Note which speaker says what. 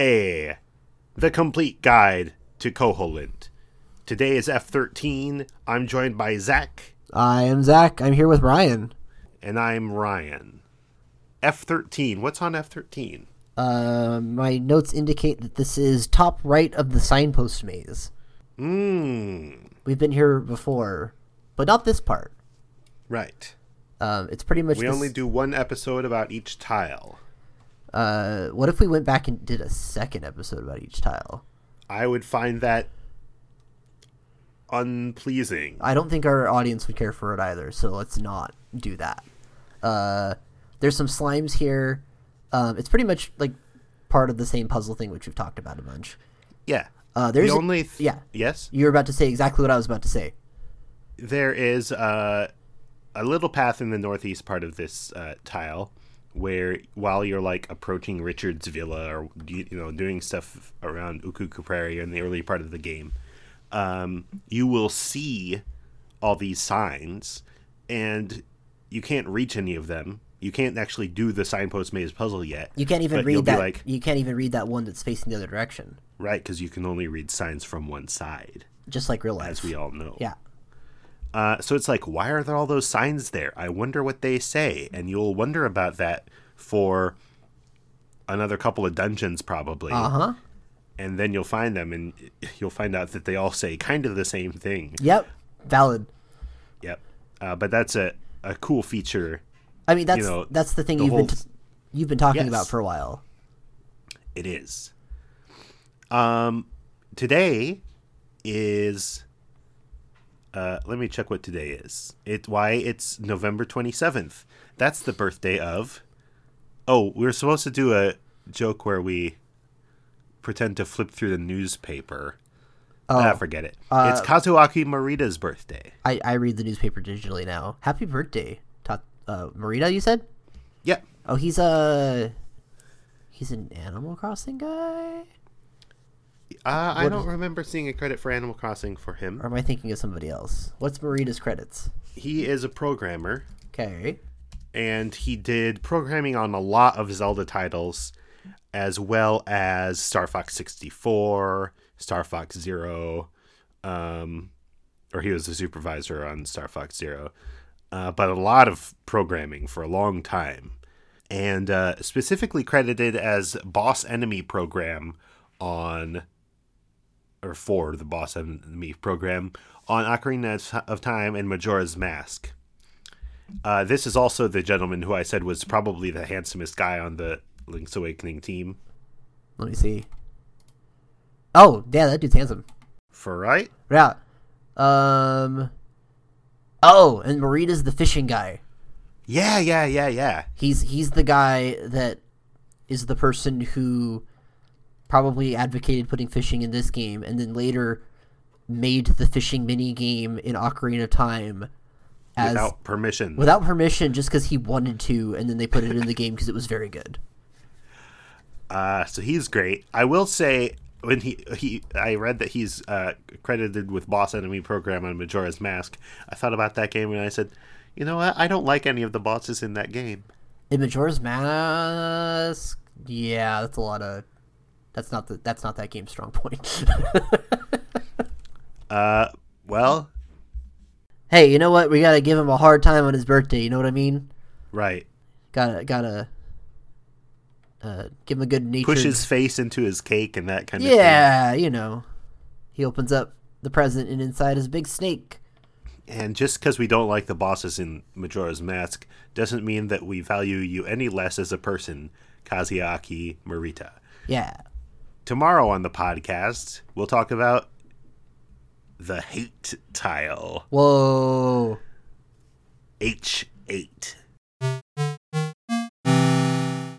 Speaker 1: Hey! The complete guide to Koholint. Today is F13. I'm joined by Zach,
Speaker 2: I am Zach. I'm here with Ryan.
Speaker 1: and I'm Ryan. F13. What's on F13?
Speaker 2: Uh, my notes indicate that this is top right of the signpost maze.
Speaker 1: Mmm.
Speaker 2: We've been here before, but not this part.
Speaker 1: Right.
Speaker 2: Um, it's pretty much.
Speaker 1: We
Speaker 2: this-
Speaker 1: only do one episode about each tile.
Speaker 2: Uh, what if we went back and did a second episode about each tile?
Speaker 1: I would find that unpleasing.
Speaker 2: I don't think our audience would care for it either, so let's not do that. Uh, there's some slimes here. Um, it's pretty much like part of the same puzzle thing which we've talked about a bunch.
Speaker 1: Yeah.
Speaker 2: Uh, there's
Speaker 1: the only. Th-
Speaker 2: yeah.
Speaker 1: Yes?
Speaker 2: You were about to say exactly what I was about to say.
Speaker 1: there is uh, a little path in the northeast part of this uh, tile where while you're like approaching Richard's villa or you, you know doing stuff around Ukuku Prairie in the early part of the game, um, you will see all these signs and you can't reach any of them. You can't actually do the signpost maze puzzle yet.
Speaker 2: You can't even
Speaker 1: but you'll
Speaker 2: read
Speaker 1: be
Speaker 2: that.
Speaker 1: like
Speaker 2: You can't even read that one that's facing the other direction,
Speaker 1: right because you can only read signs from one side,
Speaker 2: just like real life.
Speaker 1: as we all know.
Speaker 2: yeah,
Speaker 1: Uh, so it's like, why are there all those signs there? I wonder what they say. And you'll wonder about that for another couple of dungeons, probably.
Speaker 2: uh huh.
Speaker 1: And then you'll find them and you'll find out that they all say kind of the same thing.
Speaker 2: Yep, valid.
Speaker 1: Yep. Uh, but that's a, a cool feature.
Speaker 2: I mean, that's
Speaker 1: know,
Speaker 2: that's the thing
Speaker 1: the
Speaker 2: you've been
Speaker 1: whole-
Speaker 2: t- you've been talking
Speaker 1: Yes.
Speaker 2: about for a while.
Speaker 1: It is. Um, today is. Uh, let me check what today is. It why it's November twenty seventh. That's the birthday of. Oh, we were supposed to do a joke where we pretend to flip through the newspaper.
Speaker 2: Oh,
Speaker 1: Ah, forget it. it's Kazuaki Morita's birthday.
Speaker 2: I, I read the newspaper digitally now. Happy birthday, Ta- uh, Marita. You said?
Speaker 1: Yep.
Speaker 2: Oh, he's a he's an Animal Crossing guy,
Speaker 1: Uh, I don't remember seeing a credit for Animal Crossing for him.
Speaker 2: or am I thinking of somebody else? What's Marita's credits?
Speaker 1: He is a programmer.
Speaker 2: Okay,
Speaker 1: and he did programming on a lot of Zelda titles, as well as Star Fox 64, Star Fox Zero, um, or he was a supervisor on Star Fox Zero, uh, but a lot of programming for a long time, and uh, specifically credited as boss enemy program on. Or for the boss enemy program on Ocarina of Time and Majora's Mask. Uh, this is also the gentleman who I said was probably the handsomest guy on the Link's Awakening team.
Speaker 2: let me see. Oh, yeah, that dude's handsome.
Speaker 1: For right?
Speaker 2: Yeah. Um. Oh, and Marita's the fishing guy.
Speaker 1: Yeah, yeah, yeah, yeah.
Speaker 2: He's he's the guy that is the person who probably advocated putting fishing in this game, and then later made the fishing mini game in Ocarina of Time as
Speaker 1: Without permission.
Speaker 2: without permission, just because he wanted to, and then they put it in the game because it was very good.
Speaker 1: Uh, so he's great. I will say when he he I read that he's uh, credited with boss enemy program on Majora's Mask. I thought about that game and I said, you know what? I don't like any of the bosses in that game.
Speaker 2: In Majora's Mask, yeah, that's a lot of. That's not the, that's not that game's strong point.
Speaker 1: Uh, well,
Speaker 2: hey, you know what? We gotta give him a hard time on his birthday. You know what I mean?
Speaker 1: right.
Speaker 2: Gotta gotta uh, give him a good nature.
Speaker 1: Push his face into his cake and that kind of thing.
Speaker 2: Yeah, you know. He opens up the present, and inside is a big snake.
Speaker 1: And just because we don't like the bosses in Majora's Mask doesn't mean that we value you any less as a person, Kaziaki Marita.
Speaker 2: Yeah.
Speaker 1: Tomorrow on the podcast, we'll talk about the hate tile,
Speaker 2: Whoa.
Speaker 1: H8.